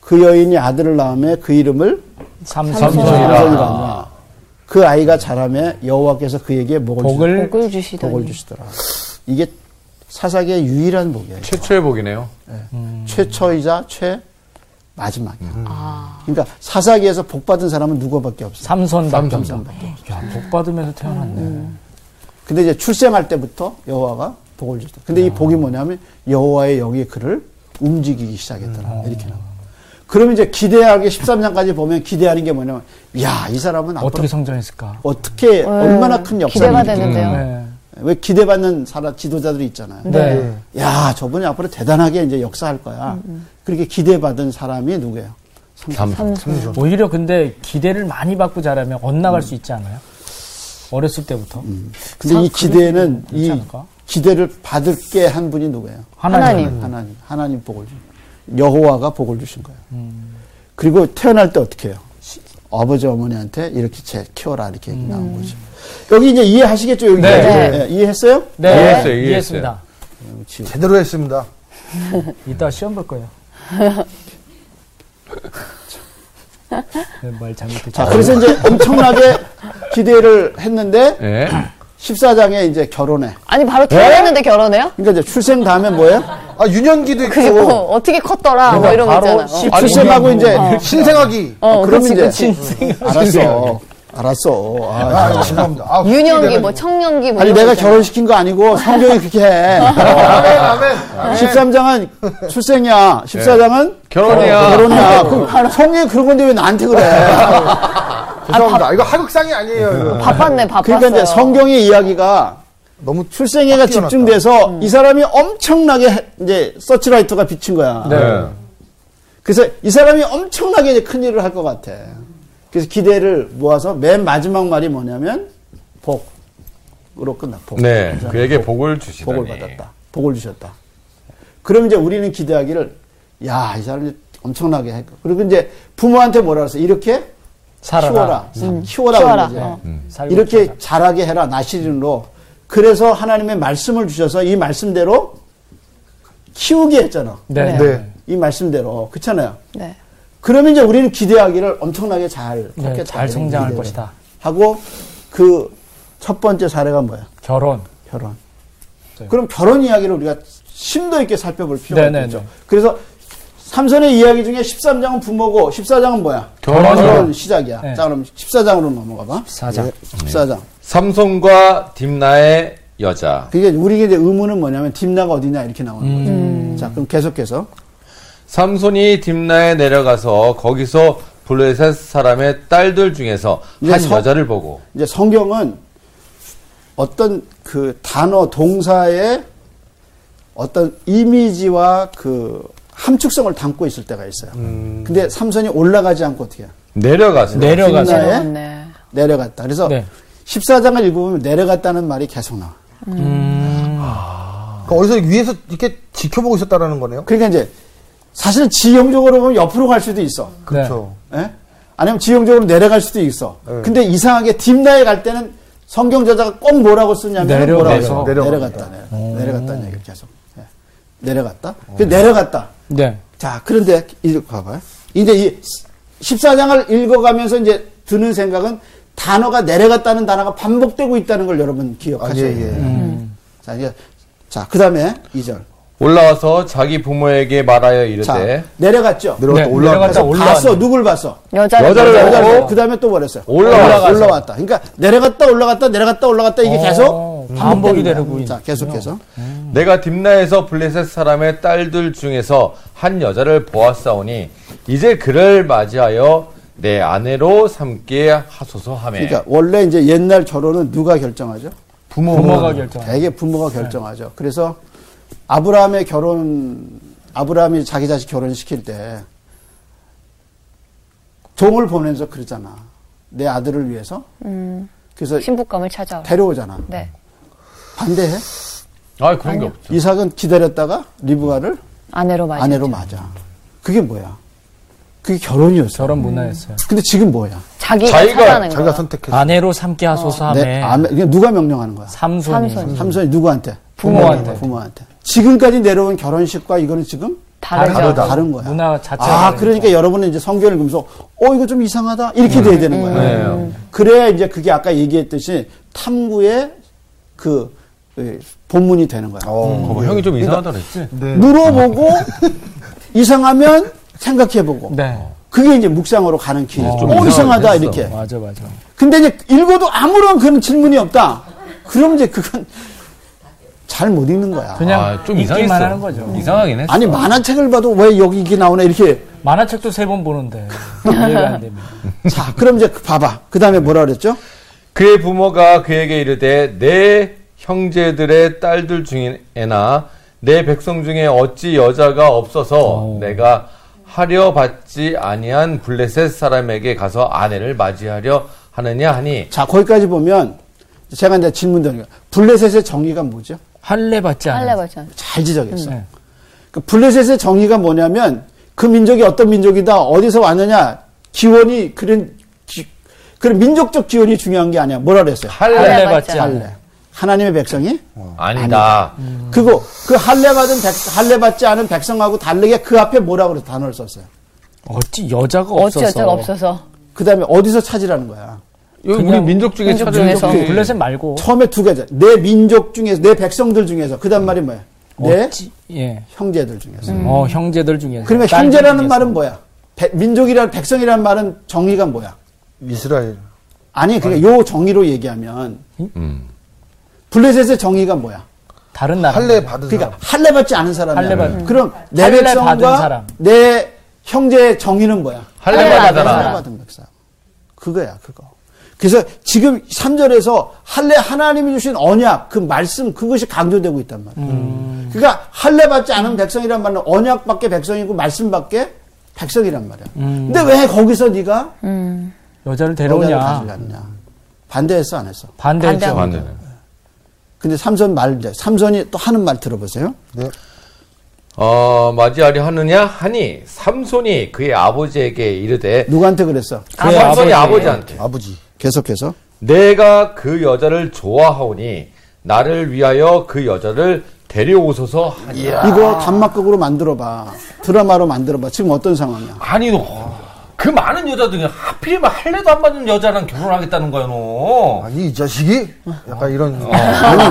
E: 그 여인이 아들을 낳음에 그 이름을
A: 네. 삼손이라
E: 삼손이라. 그 아이가 자라매 여호와께서 그에게 목을
A: 복을
F: 복을 주시더니.
E: 복을 주시더라. 이게 사사기의 유일한 복이에요.
B: 최초의 복이네요.
A: 음.
E: 최초이자 최 마지막이야.
F: 아.
E: 그러니까 사사기에서 복 받은 사람은 누구밖에 없어.
A: 삼손밖에 음. 없어.
E: 삼손밖에
A: 야, 복 받으면서 태어났네.
E: 근데 이제 출생할 때부터 여호와가 복을 주셨다. 근데
A: 음.
E: 이 복이 뭐냐면 여호와의 영이 그를 움직이기 시작했더라.
A: 음.
E: 이렇게 나와. 그러면 이제 기대하게 13장까지 보면 기대하는 게 뭐냐면 야 이 사람은 앞으로
A: 어떻게
E: 어떻게,
A: 성장했을까?
E: 얼마나 큰
F: 음. 기대가
E: 역사를
F: 되는데요.
A: 네.
E: 왜 기대받는 사람 지도자들이 있잖아요.
A: 네.
E: 야 저분이 앞으로 대단하게 이제 역사할 거야.
A: 음,
E: 그렇게 기대받은 사람이 누구예요?
B: 삼.
A: 오히려 근데 기대를 많이 받고 자라면 엇나갈 수 있지 않아요? 어렸을 때부터.
E: 근데 이 기대는
A: 그렇지
E: 이
A: 않을까?
E: 기대를 받을게 한 분이 누구예요?
A: 하나님.
E: 하나님 하나님 복을 주. 여호와가 복을 주신 거예요.
A: 음.
E: 그리고 태어날 때 어떻게 해요? 아버지 어머니한테 이렇게 제 키워라 이렇게 얘기 나온 거죠. 여기 이제 이해하시겠죠? 여기
A: 음. 네.
E: 예, 이해했어요?
A: 네.
B: 이해했어요,
A: 이해했습니다.
E: 지금
C: 제대로 했습니다.
A: 이따 시험 볼 거예요. 네, 말 잘못했죠.
E: 자, 아, 그래서 이제 엄청나게 기대를 했는데
B: 예.
E: 14장에 이제 결혼해.
F: 아니, 바로 결혼했는데 결혼해요?
E: 그러니까 이제 출생 다음에 뭐예요?
C: 아, 유년기도 있고,
F: 그게 뭐, 어떻게 컸더라,
E: 그러니까
F: 뭐 이런 거
A: 바로
F: 있잖아요.
A: 시-
F: 어.
E: 출생하고 이제
C: 신생아기.
F: 어,
E: 그러면
F: 그치,
E: 이제
F: 그치.
E: 알았어. 알았어.
C: 아,
E: 아,
C: 아, 죄송합니다. 아,
F: 유년기, 뭐, 청년기, 뭐.
E: 아니
F: 이런
E: 내가
F: 거 있잖아요.
E: 결혼시킨 거 아니고 성경이 그렇게 해.
C: 아멘, 아멘.
E: 네. 13장은 출생이야. 14장은
F: 네.
B: 결혼이야.
E: 어, 결혼이야. 그럼 성경이 그런 건데 왜 나한테 그래?
C: 죄송합니다. 이거 하극상이 아니에요. 이거.
F: 바빴네, 바빴어요.
E: 그러니까 이제 성경의 이야기가
C: 너무
E: 출생애가
C: 딱 뛰어났다.
E: 집중돼서
F: 음.
E: 이 사람이 엄청나게 해- 이제 서치라이트가 비친 거야.
B: 네.
E: 그래서 이 사람이 엄청나게 이제 큰 일을 할 것 같아. 그래서 기대를 모아서 맨 마지막 말이 뭐냐면 복으로 끝나. 복.
B: 네. 그에게 복을 주시다니.
E: 복을 받았다. 복을 주셨다. 그럼 이제 우리는 기대하기를 야, 이 사람이 엄청나게 했고. 그리고 이제 부모한테 뭐라 그랬어? 이렇게
A: 살아라.
E: 키워라. 키워라.
F: 키워라.
E: 그러지.
F: 어.
B: 음.
A: 살고
E: 이렇게
A: 살아라.
E: 잘하게 해라. 나시린으로. 그래서 하나님의 말씀을 주셔서 이 말씀대로 키우게 했잖아.
A: 네.
C: 네.
E: 이 말씀대로. 그렇잖아요.
F: 네.
E: 그러면 이제 우리는 기대하기를 엄청나게 잘,
A: 네,
E: 그렇게
A: 잘 성장할 것이다.
E: 하고 그 첫 번째 사례가 뭐야?
A: 결혼.
E: 결혼.
A: 네.
E: 그럼 결혼 이야기를 우리가 심도 있게 살펴볼 필요가
A: 네네네.
E: 있죠. 그래서 삼손의 이야기 중에 13장은 부모고 14장은 뭐야?
B: 결혼.
E: 시작이야.
A: 네.
E: 자, 그럼 14장으로 넘어가 봐. 예,
A: 14장.
E: 14장.
B: 삼손과 딥나의 여자.
E: 그게 우리에게 이제 의문은 뭐냐면 딥나가 어디냐 이렇게 나오는
A: 음.
E: 거죠. 자, 그럼 계속해서
B: 삼손이 딥나에 내려가서 거기서 블레셋 사람의 딸들 중에서
E: 이제
B: 한
E: 서-
B: 여자를 보고
E: 이제 성경은 어떤 그 단어 동사의 어떤 이미지와 그 함축성을 담고 있을 때가 있어요. 근데 삼손이 올라가지 않고 어떻게 해요?
B: 내려가서.
A: 내려가서
E: 네.
F: 내려갔네.
E: 내려갔다. 그래서
A: 네.
E: 14장을 읽어보면 내려갔다는 말이 계속 나와.
C: 그러니까 어디서 위에서 이렇게 지켜보고 있었다라는 거네요.
E: 그러니까 이제 사실 지형적으로 보면 옆으로 갈 수도 있어.
A: 네.
C: 그렇죠.
E: 예? 아니면 지형적으로 내려갈 수도 있어. 근데 이상하게 딥나에 갈 때는 성경 저자가 꼭 뭐라고 쓰냐면
A: 내려가서.
E: 뭐라고
C: 내려가.
E: 내려갔다 네. 내려갔다 내려갔다는 얘기를 계속 예. 내려갔다 그 내려갔다
A: 네.
E: 자 그런데 이거 봐봐요 이제 이 14장을 읽어가면서 이제 드는 생각은 단어가 내려갔다는 단어가 반복되고 있다는 걸 여러분 기억하셔야
C: 아, 예,
E: 돼요 음.
C: 예.
E: 자 이제 자 그다음에 2절
B: 올라와서 자기 부모에게 말하여
E: 자
B: 이르되
E: 내려갔죠
C: 내려갔다
A: 네,
C: 올라갔다.
A: 내려갔다
E: 그래서
A: 올라왔네.
E: 봤어 누굴 봤어
F: 여자를,
B: 여자를
F: 여자를
B: 내려갔다.
E: 내려갔어.
B: 올라왔어.
E: 그다음에 또 버렸어요.
B: 올라왔어.
E: 올라왔다. 그러니까 내려갔다 올라갔다 내려갔다 올라갔다 이게
A: 어,
E: 계속
A: 음. 반복이
E: 반복되는 거야.
A: 되고 있군요. 네.
E: 자, 계속해서.
B: 내가 딥나에서 블레셋 사람의 딸들 중에서 한 여자를 보았사오니 이제 그를 맞이하여 내 아내로 삼게 하소서 하며
E: 그러니까 원래 이제 옛날 결혼은 누가 결정하죠?
A: 부모가 네. 결정.
E: 대개 부모가 결정하죠. 그래서 아브라함의 결혼 아브라함이 자기 자식 결혼시킬 때 종을 보내면서 그러잖아. 내 아들을 위해서. 그래서
F: 음, 신부감을 찾아오.
E: 데려오잖아.
F: 네.
E: 반대해.
B: 아 그런 게 없죠
E: 이삭은 기다렸다가 리브가를
F: 아내로 맞이.
E: 아내로 맞아. 그게 뭐야? 그게 결혼이었어.
A: 결혼 문화였어요.
E: 근데 지금 뭐야?
F: 자기가
B: 자기가-
E: 네.
F: 찾아낸
C: 자기가
F: 거.
C: 선택했어.
A: 아내로 삼게 하소서
E: 내
A: 하며
E: 아멘. 그냥 누가 명령하는 거야?
A: 어, 네. 삼손이.
F: 삼손이.
E: 삼손이 누구한테?
A: 부모한테.
E: 부모한테. 지금까지 내려온 결혼식과 이거는 지금
F: 다르죠.
A: 다르다.
E: 다른 거야.
A: 문화 자체가
E: 아, 그러니까 여러분은 이제 성경을 보면서 어 이거 좀 이상하다 이렇게 돼야 되는 거야. 그래야 이제 그게 아까 얘기했듯이 탐구의 그 예, 본문이 되는 거야.
B: 어, 형이 좀
A: 그러니까
B: 이상하다 그랬지
E: 물어보고 이상하면 생각해보고.
A: 네.
E: 그게 이제 묵상으로 가는 길.
B: 좀
E: 어 이상하다
B: 이상하긴
E: 이렇게.
A: 맞아 맞아.
E: 근데 이제 읽어도 아무런 그런 질문이 없다. 그럼 이제 그건 잘 못 읽는 거야.
A: 그냥
B: 아, 좀
A: 읽기만
B: 이상했어
A: 하는 거죠.
B: 좀 이상하긴 했어
E: 아니 만화책을 봐도 왜 여기 이게 나오나 이렇게.
A: 만화책도 세 번 보는데 이해가 안 됩니다.
E: 자, 그럼 이제 그 봐봐. 그 다음에 뭐라 그랬죠?
B: 그의 부모가 그에게 이르되 내 형제들의 딸들 중에나 내 백성 중에 어찌 여자가 없어서 내가 하려 받지 아니한 블레셋 사람에게 가서 아내를 맞이하려 하느냐 하니
E: 자, 거기까지 보면 제가 이제 질문 드는 거예요. 블레셋의 정의가 뭐죠?
A: 할례 받지 않아.
F: 할래 버전.
E: 잘 지적했어.
A: 네.
E: 그 블레셋의 정의가 뭐냐면 그 민족이 어떤 민족이다, 어디서 왔느냐, 기원이 그런 기- 그런 민족적 기원이 중요한 게 아니야. 뭐라 그랬어요?
A: 할례
B: 할례
A: 받지 않아.
E: 할례. 하나님의 백성이
A: 어.
B: 아니다 음.
E: 그거 그 할례 받은 백, 할례 받지 않은 백성하고 다르게 그 앞에 뭐라고 그래 단어를 썼어요.
A: 어찌 여자가
F: 어찌
A: 없어서.
F: 여자가 없어서.
E: 그다음에 어디서 찾으라는 거야.
B: 여기 우리
A: 그냥
B: 민족 중에
F: 민족
B: 찾은
F: 중에서.
B: 민족이-
A: 블레셋 말고
E: 처음에 두 개죠. 내 민족 중에서 내 백성들 중에서 그다음 말이 뭐야? 내
A: 어찌 예.
E: 형제들 중에서.
A: 어 형제들 중에서.
E: 네? 그러니까
A: 딸들
E: 형제라는
A: 중에서.
E: 말은 뭐야? 백- 민족이라는 백성이라는 말은 정의가 뭐야?
C: 이스라엘.
E: 아니 그러니까 요 정의로 얘기하면
B: 음.
E: 블레셋의 정의가 뭐야?
A: 다른 나라. 뭐.
C: 할례 받은
E: 그러니까 할례 받지 않은 사람이야.
A: 음. 할례 받은
E: 그럼 내
A: 할례 받은
E: 백성과
A: 사람.
E: 내 형제의 정의는 뭐야?
B: 할례
F: 받은
B: 받아라
E: 할례 받은 백성. 그거야 그거. 그래서 지금 3절에서 할례 하나님이 주신 언약 그 말씀 그것이 강조되고 있단 말이야.
B: 음.
E: 그러니까 할례 받지 않은 백성이란 말은 언약밖에 백성이고 말씀밖에 백성이란 말이야.
B: 음.
E: 근데 왜 거기서 네가 음.
A: 여자를
E: 여자를
A: 데려오냐.
E: 가져갔냐? 반대했어 안 했어?
A: 반대죠.
B: 안 되네.
E: 근데 삼손 말 이제 삼손이 또 하는 말 들어보세요.
C: 네.
B: 어, 맞이하려 하느냐 하니 삼손이 그의 아버지에게 이르되
E: 누구한테 그랬어?
A: 음. 그의
B: 삼손이
A: 아버지.
B: 아버지한테
C: 아버지.
E: 계속해서
B: 내가 그 여자를 좋아하오니 나를 위하여 그 여자를 데려오소서 하니
E: 이거 단막극으로 만들어봐. 드라마로 만들어봐. 지금 어떤 상황이야?
B: 아니 너그 많은 여자들 중에 하필이면 할례도 안 받는 여자랑 결혼하겠다는 거야 너
C: 아니, 이 자식이? 약간 이런.
E: 어.
C: 어.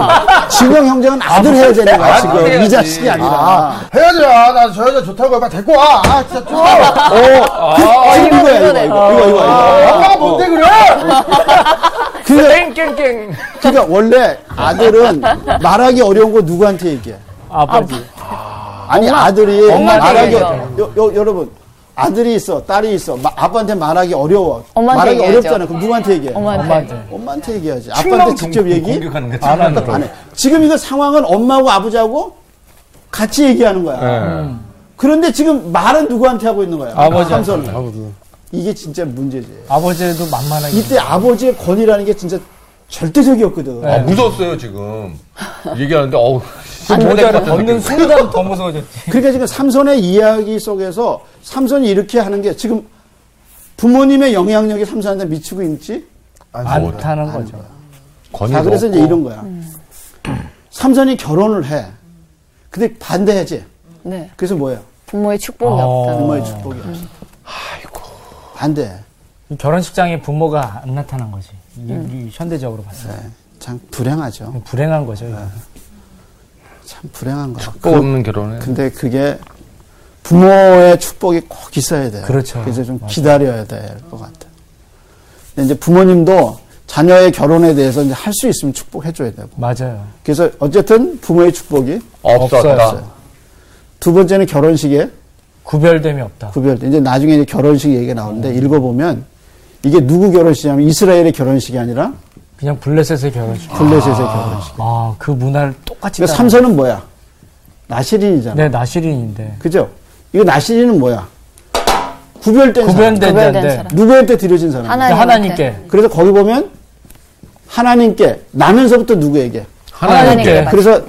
E: 지금 형제는 아들 해야 되는 거야. 지금 이
B: 해야지.
E: 자식이 아니라.
C: 헤어져! 나 저 여자 좋다고 해봐. 데리고 와! 아, 진짜 좀!
E: 그,
F: 이거,
E: 지금 이거야, 이거,
F: 이거네.
E: 이거, 이거, 이거.
C: 엄마가 뭔데, 그래!
E: 그래. 그러니까 원래 아들은 말하기 어려운 거 누구한테 얘기해?
A: 아버지.
E: 아니, 아들이
F: 엄마한테
E: 말하기,
F: 얘기해요.
E: 어- 요, 요, 여러분. 아들이 있어, 딸이 있어. 마- 아빠한테 말하기 어려워.
F: 엄마한테
E: 말하기
F: 얘기해야죠.
E: 어렵잖아. 그럼 누구한테 얘기해?
F: 엄마한테.
E: 엄마한테 얘기하지. 아빠한테 직접 얘기?
B: 공격하는 거야
E: 안 해. 지금 이거 상황은 엄마하고 아버지하고 같이 얘기하는 거야.
B: 음.
E: 그런데 지금 말은 누구한테 하고 있는 거야?
A: 아버지.
E: 삼손은. 이게 진짜 문제지.
A: 아버지도 만만하게.
E: 이때 아버지의 권위라는 게 진짜 절대적이었거든.
B: 아, 무서웠어요, 지금. 얘기하는데, 어우.
A: 그 모자를
B: 모자를
A: 벗는 순간 더 무서워졌지.
E: 그러니까 지금 삼손의 이야기 속에서 삼손이 이렇게 하는 게 지금 부모님의 영향력이 삼손한테 미치고 있지?
A: 안 타는 거죠.
B: 권위도
E: 자, 그래서
B: 없고.
E: 이제 이런 거야. 삼손이 결혼을 해. 근데 반대하지.
F: 네.
E: 그래서 뭐예요?
F: 부모의 축복이
A: 어.
F: 없다.
E: 부모의 축복이 없어. 아이고. 반대.
A: 이 결혼식장에 부모가 안 나타난 거지. 이게 우리 현대적으로 봤을 때.
E: 참 불행하죠.
A: 불행한 거죠. 이게.
E: 참 불행한 거야.
B: 축복 없는 결혼을.
E: 그 근데 그게 부모의 축복이 꼭 있어야 돼요.
A: 그렇죠.
E: 그래서 좀 기다려야 될 것 같아요. 근데 이제 부모님도 자녀의 결혼에 대해서 이제 할 수 있으면 축복해줘야 되고.
A: 맞아요.
E: 그래서 어쨌든 부모의 축복이
B: 없었다.
A: 없어요.
E: 두 번째는 결혼식에
A: 구별됨이 없다.
E: 구별돼. 이제 나중에 이제 결혼식 얘기가 나오는데
A: 음.
E: 읽어보면 이게 누구 결혼식이냐면 이스라엘의 결혼식이 아니라
A: 그냥 블레셋의 결혼식.
E: 블레셋의 결혼식.
A: 아, 그 문화를 똑같이.
E: 그러니까
A: 따라-
E: 삼선은 뭐야? 나시린이잖아.
A: 네, 나시린인데.
E: 그죠? 이거 나시린은 뭐야? 구별된 사람. 그러니까
A: 구별된
F: 구별된
A: 자인데.
F: 사람.
E: 누구한테 드려진 사람?
F: 하나-
A: 이제
F: 하나님한테.
A: 하나님께.
E: 그래서 거기 보면 하나님께 나면서부터 누구에게?
B: 하나님께.
F: 하나님께.
E: 그래서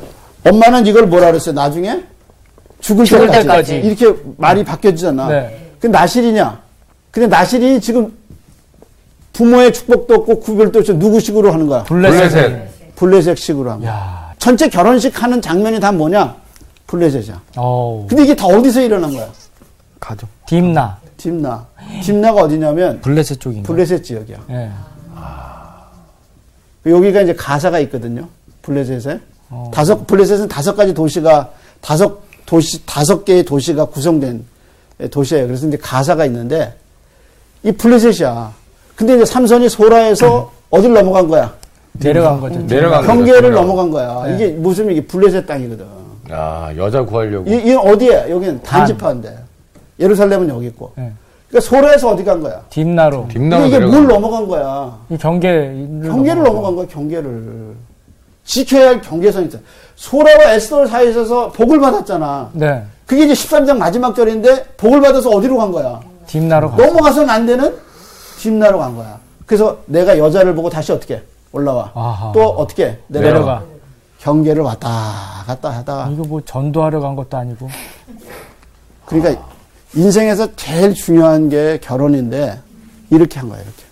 E: 엄마는 이걸 뭐라 그랬어요? 나중에 죽을,
A: 죽을
E: 때까지.
A: 때까지.
E: 이렇게 말이 바뀌어지잖아.
A: 네.
E: 그 나실이냐? 근데 나실이 지금 부모의 축복도 없고 구별도 없이 누구식으로 하는 거야?
A: 블레셋.
B: 블레셋. 네.
E: 블레셋식으로 하는 거야.
A: 야,
E: 전체 결혼식 하는 장면이 다 뭐냐? 블레셋이야.
A: 어우.
E: 근데 이게 다 어디서 일어난 거야?
C: 가족.
A: 딥나.
E: 딥나. 딥나가 어디냐면
A: 블레셋 쪽인가?
E: 블레셋 지역이야.
A: 예.
E: 그 여기가 이제 가사가 있거든요. 블레셋에. 다섯, 블레셋은 다섯 가지 도시가, 다섯 도시, 다섯 개의 도시가 구성된 도시예요. 그래서 이제 가사가 있는데, 이 블레셋이야. 근데 이제 삼선이 소라에서 어딜 넘어간 거야?
A: 내려간 거죠.
B: 내려간
E: 경계를
B: 거죠.
E: 넘어간 거야. 이게 무슨 이게 블레셋 땅이거든.
B: 아, 여자 구하려고.
E: 이, 이 어디야? 여기는 단지파인데. 예루살렘은 여기 있고.
A: 예.
E: 그러니까 소라에서 어디 간 거야?
A: 딥나로.
B: 딥나로
E: 이게
B: 내려간
E: 물
B: 거.
E: 넘어간 거야.
A: 이 경계를.
E: 경계를
A: 넘어가고.
E: 넘어간 거야, 경계를. 지켜야 할 경계선이 있다. 소라와 에스더를 사이에서 복을 받았잖아.
A: 네.
E: 그게 이제 13장 마지막 절인데 복을 받아서 어디로 간 거야?
A: 딥나로 가.
E: 넘어가선 안 되는 딥나로 간 거야. 그래서 내가 여자를 보고 다시 어떻게 해? 올라와.
A: 아하.
E: 또 어떻게 해? 내려가.
A: 내려가.
E: 경계를 왔다 갔다 하다가
A: 이거 뭐 전도하러 간 것도 아니고.
E: 그러니까 인생에서 제일 중요한 게 결혼인데 이렇게 한 거야, 이렇게.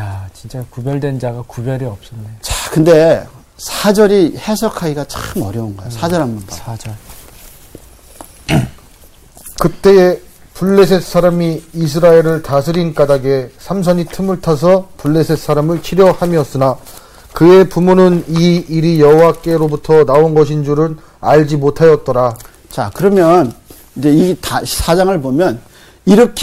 A: 야, 진짜 구별된 자가 구별이 없었네.
E: 자, 근데 사절이 해석하기가 참 어려운 거야. 사절 한번 봐.
A: 사절.
C: 그때에 블레셋 사람이 이스라엘을 다스린 까닭에 삼선이 틈을 타서 블레셋 사람을 치려 함이었으나 그의 부모는 이 일이 여호와께로부터 나온 것인 줄은 알지 못하였더라.
E: 자, 그러면 이제 이 다- 사장을 보면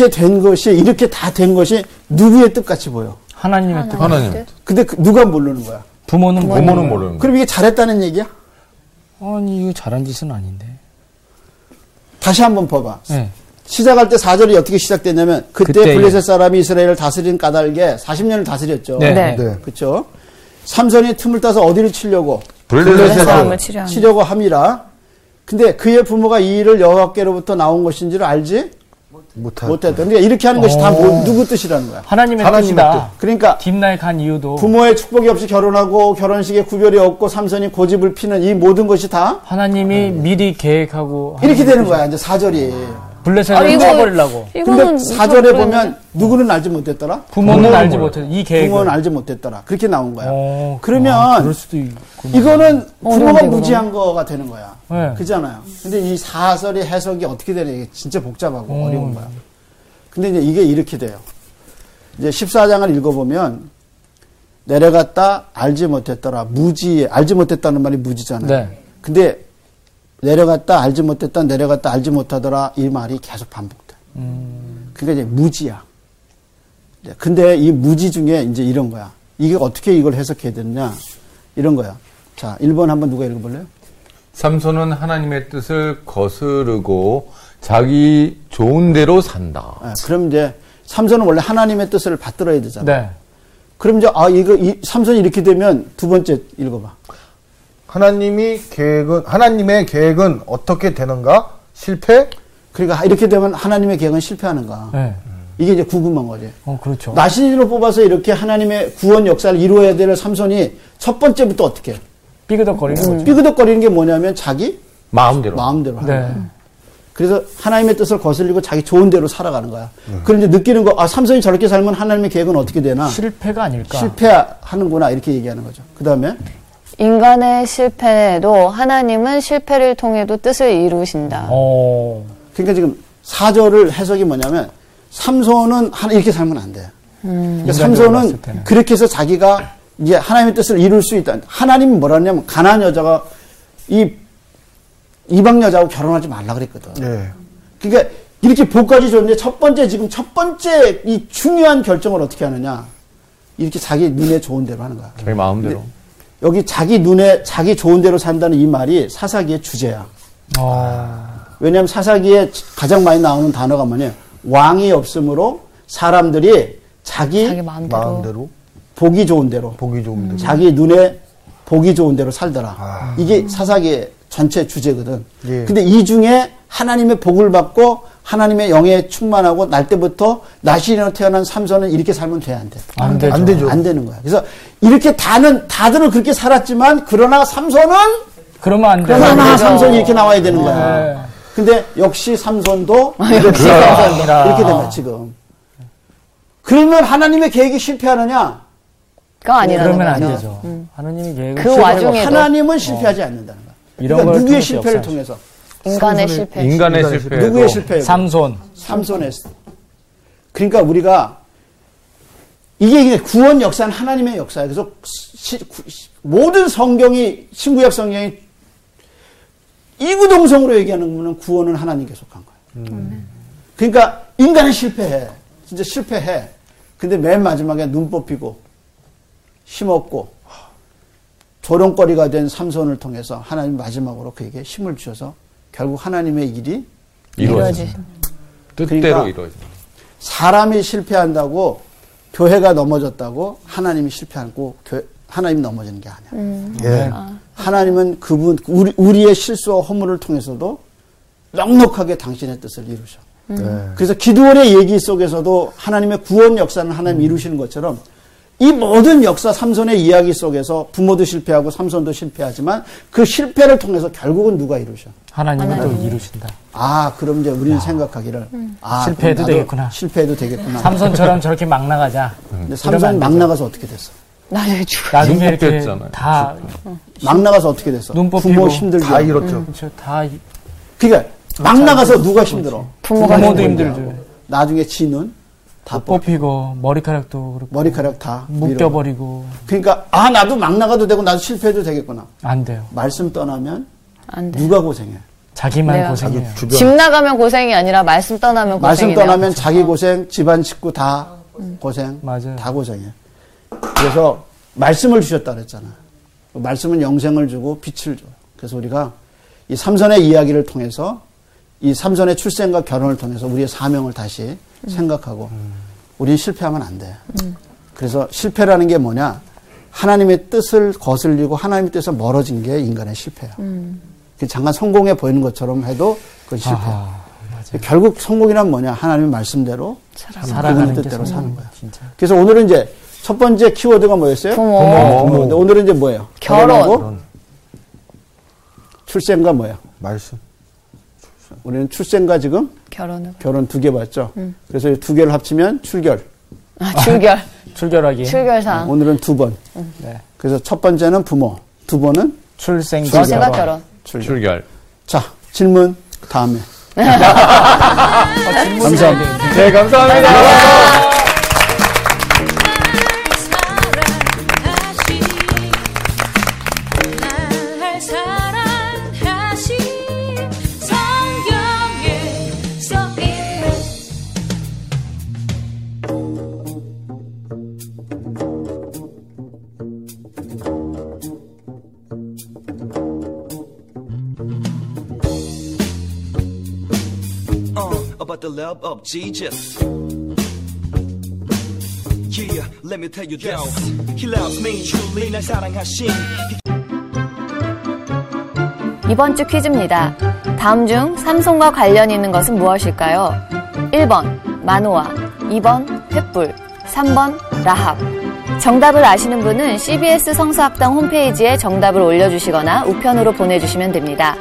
E: 이렇게 된 것이 이렇게 다 된 것이 누구의 뜻같이 보여.
A: 하나님의 뜻.
B: 하나님.
E: 근데 그 누가 모르는 거야.
A: 부모는
B: 부모는 모르는 거.
E: 그럼 이게 잘했다는 얘기야?
A: 아니, 이거 잘한 짓은 아닌데.
E: 다시 한번 봐봐.
A: 예.
E: 시작할 때 4절이 어떻게 시작됐냐면 그때,
A: 그때에.
E: 블레셋 사람이 이스라엘을 다스린 까닭에 40년을 다스렸죠.
A: 네.
F: 네.
C: 네.
E: 그렇죠? 삼선이 틈을 따서 어디를 치려고
B: 블레셋
F: 사람을
B: 사람.
F: 치려는
E: 치려고 함이라. 근데 그의 부모가 이 일을 여호와께로부터 나온 것인지를 알지
C: 못하.
E: 못했다. 그러니까 이렇게 하는 것이 다 뭐- 누구 뜻이라는 거야.
A: 하나님의
E: 하나님의
A: 뜻이다.
E: 뜻. 그러니까
A: 딥나에 간 이유도
E: 부모의 축복이 없이 결혼하고 결혼식에 구별이 없고 삼선이 고집을 피는 이 모든 것이 다
A: 하나님이 미리 계획하고
E: 음. 이렇게 되는 거야. 이제 사절이
F: 아,
A: 블레셋을
F: 이거-
A: 쳐버리려고.
E: 근데
F: 이거는
E: 사절에
F: 좀
E: 보면 누구는 알지 못했더라?
A: 부모는
B: 부모는
A: 알지
B: 몰라요.
A: 못해. 이 계획을.
E: 부모는 알지 못했더라. 그렇게 나온 거야.
A: 어,
E: 그러면
A: 아, 그럴 수도 있구나.
E: 이거는 부모가
F: 어려운데,
E: 무지한 거가 되는 거야.
A: 네.
E: 그잖아요. 근데 이사절의 해석이 어떻게 되냐 이게 진짜 복잡하고
F: 음.
E: 어려운 거야. 근데 이제 이게 이렇게 돼요. 이제 14장을 읽어보면 내려갔다 알지 못했더라. 무지 알지 못했다는 말이 무지잖아요.
A: 네.
E: 근데 내려갔다 알지 못했다 내려갔다 알지 못하더라 이 말이 계속 반복돼. 그러니까 이제 무지야. 네, 근데 이 무지 중에 이제 이런 거야. 이게 어떻게 이걸 해석해야 되느냐 이런 거야. 자, 1번 한번 누가 읽어볼래요?
B: 삼손은 하나님의 뜻을 거스르고 자기 좋은 대로 산다.
E: 예, 그럼 이제 삼손은 원래 하나님의 뜻을 받들어야 되잖아.
A: 네.
E: 그럼 이제 아 이거 이, 삼손이 이렇게 되면 두 번째 읽어봐.
C: 하나님이 계획은 하나님의 계획은 어떻게 되는가? 실패?
E: 그러니까 이렇게 되면 하나님의 계획은 실패하는가.
A: 네.
E: 이게 이제 궁금한 거지.
A: 어, 그렇죠.
E: 나신으로 뽑아서 이렇게 하나님의 구원 역사를 이루어야 될 삼손이 첫 번째부터 어떻게 해?
A: 삐그덕거리는
E: 음.
A: 거죠.
E: 삐그덕거리는 게 뭐냐면 자기
B: 마음대로.
E: 마음대로 하는
A: 네.
E: 거야. 그래서 하나님의 뜻을 거슬리고 자기 좋은 대로 살아가는 거야.
A: 네.
E: 그런데 느끼는 거, 아, 삼손이 저렇게 살면 하나님의 계획은 어떻게 되나?
A: 실패가 아닐까.
E: 실패하는구나. 이렇게 얘기하는 거죠. 그 다음에
F: 인간의 실패에도 하나님은 실패를 통해도 뜻을 이루신다.
A: 어.
E: 그러니까 지금 사절을 해석이 뭐냐면 삼손은 하나- 이렇게 살면 안 돼. 그러니까
A: 인간적으로
E: 삼손은
A: 봤을 때는.
E: 그렇게 해서 자기가 이제 하나님의 뜻을 이룰 수 있다. 하나님이 뭐라 했냐면 가나안 여자가 이 이방 여자하고 결혼하지 말라 그랬거든.
C: 예.
E: 그러니까 이렇게 복까지 줬는데 첫 번째 지금 첫 번째 이 중요한 결정을 어떻게 하느냐. 이렇게 자기 눈에 좋은 대로 하는 거야.
B: 자기 마음대로.
E: 여기 자기 눈에 자기 좋은 대로 산다는 이 말이 사사기의 주제야.
A: 아.
E: 왜냐하면 사사기에 가장 많이 나오는 단어가 뭐냐 왕이 없으므로 사람들이 자기,
F: 자기 마음대로. 음.
C: 마음대로
E: 보기 좋은 대로
C: 보기 좋은 대로.
E: 자기 눈에 보기 좋은 대로 살더라
A: 아.
E: 이게 사사기의 전체 주제거든
C: 예.
E: 근데 이 중에 하나님의 복을 받고 하나님의 영에 충만하고 날 때부터 나시인으로 태어난 삼손은 이렇게 살면 돼 안 돼?
A: 아, 안 되죠.
C: 안 되죠.
E: 안 되는 거야 그래서 이렇게 다는 다들은 그렇게 살았지만 그러나 삼손은
A: 그러면 안 돼요.
E: 그러나 삼손이 이렇게 나와야 되는 거야. 근데 역시 삼손도 이렇게
A: 예. 아, 삼손이라.
E: 된 거야, 지금. 그러면 하나님의 계획이 실패하느냐?
F: 가 아니라는
A: 그러면 안
F: 거죠.
A: 되죠. 하나님의 계획은
F: 그 와중에도
E: 하나님은 실패하지 않는다는 거야.
A: 이런
E: 그러니까
A: 걸
E: 누구의
A: 통해서
E: 실패를
A: 역사하죠.
E: 통해서?
F: 인간의 실패.
B: 인간의
C: 인간의
B: 실패.
E: 누구의 실패예요?
A: 삼손.
E: 삼손의 실- 그러니까 우리가 이게 이제 구원 역사는 하나님의 역사예요. 그래서 시- 구- 시- 모든 성경이 신구약 성경이 이구동성으로 얘기하는 거는 구원은 하나님께 속한 거예요. 그러니까 인간은 실패해. 진짜 실패해. 근데 맨 마지막에 눈 뽑히고 힘없고 조롱거리가 된 삼손을 통해서 하나님 마지막으로 그에게 힘을 주셔서 결국 하나님의 일이
B: 이루어지. 뜻대로
E: 그러니까
B: 이루어지.
E: 사람이 실패한다고 교회가 넘어졌다고 하나님이 실패하고 교- 하나님이 넘어지는 게 아니야.
C: 예.
E: 하나님은 그분 우리, 우리의 실수와 허물을 통해서도 넉넉하게 당신의 뜻을 이루셔.
A: 네.
C: 예.
F: 음.
E: 그래서 기도원의 얘기 속에서도 하나님의 구원 역사는
A: 음.
E: 하나님이 이루시는 것처럼 이 모든 역사 삼손의 이야기 속에서 부모도 실패하고 삼손도 실패하지만 그 실패를 통해서 결국은 누가 이루셔?
A: 하나님은 또 이루신다.
E: 아, 그럼 이제 우리는 생각하기를 아, 그럼
A: 실패해도
E: 나도
A: 되겠구나.
E: 실패해도 되겠구나.
A: 삼손처럼 저렇게 막 나가자.
E: 근데
A: 음. 이러면 안
E: 삼손이 막
A: 되죠.
E: 나가서 어떻게 됐어?
F: 나중에 죽
A: 나중에 이렇게
B: 눈뽑혔잖아요.
A: 다,
E: 막 나가서 어떻게 됐어?
A: 눈 뽑히고.
E: 부모 힘들게.
C: 다 이렇죠.
A: 그렇죠. 다, 이-
E: 그러니까 막 나가서 누가 힘들어?
F: 부모가
A: 부모도
E: 힘들고.
A: 힘들죠.
E: 나중에 지는 다 뽑.
A: 뽑히고, 머리카락도 그렇고,
E: 머리카락 다 밀어.
A: 묶여버리고,
E: 그러니까 아 나도 막 나가도 되고 나도 실패해도 되겠구나.
A: 안 돼요.
E: 말씀 떠나면
F: 안 돼.
E: 누가 고생해?
A: 자기만
F: 내가
A: 고생해요.
C: 주변
F: 집 나가면 고생이 아니라 말씀 떠나면
E: 말씀
F: 고생이네요.
E: 떠나면 자기 고생, 집안 식구 다 고생,
A: 음. 맞아요.
E: 다 고생해. 그래서 말씀을 주셨다 그랬잖아. 말씀은 영생을 주고 빛을 줘. 그래서 우리가 이 삼선의 이야기를 통해서 이 삼선의 출생과 결혼을 통해서 우리의 사명을 다시
F: 음.
E: 생각하고
A: 음.
E: 우리는 실패하면 안 돼. 그래서 실패라는 게 뭐냐? 하나님의 뜻을 거슬리고 하나님의 뜻에서 멀어진 게 인간의 실패야.
F: 음.
E: 그 잠깐 성공해 보이는 것처럼 해도 그건 실패야.
A: 아, 맞아요.
E: 결국 성공이란 뭐냐? 하나님의 말씀대로
A: 살아가는
E: 그분의
A: 게
E: 뜻대로 사는
A: 성공,
E: 거야.
A: 진짜.
E: 그래서 오늘은 이제 첫 번째 키워드가 뭐였어요?
F: 부모.
E: 부모. 근데 오늘은 이제 뭐예요?
F: 결혼.
E: 결혼하고 출생과 뭐예요?
C: 말씀.
E: 우리는 출생과 지금
F: 결혼을
E: 결혼 두 개 봤죠.
F: 음.
E: 그래서 이 두 개를 합치면 출결.
F: 아, 출결
A: 출결하기.
F: 출결상
E: 오늘은 두 번.
F: 음.
A: 네.
E: 그래서 첫 번째는 부모, 두 번은
A: 출생과
F: 출생과
A: 결혼.
F: 결혼
E: 출결.
B: 출결.
E: 자, 질문 다음에. 감사합니다.
B: 네, 감사합니다.
G: 사랑하시 나를 사랑하시 성경에 써있는
H: uh, about the love of Jesus. Yeah, let me tell you this. He loves me truly. 날 사랑하신
F: 이번 주 퀴즈입니다. 다음 중 삼손과 관련 있는 것은 무엇일까요? 1번 마노아, 2번 횃불, 3번 라합. 정답을 아시는 분은 CBS 성서학당 홈페이지에 정답을 올려주시거나 우편으로 보내주시면 됩니다.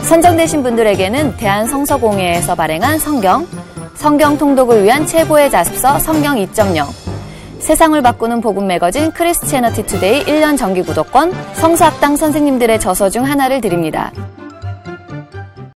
F: 선정되신 분들에게는 대한성서공회에서 발행한 성경, 성경 통독을 위한 최고의 자습서 성경 2.0, 세상을 바꾸는 복음 매거진 크리스티애너티 투데이 1년 정기 구독권, 성서학당 선생님들의 저서 중 하나를 드립니다.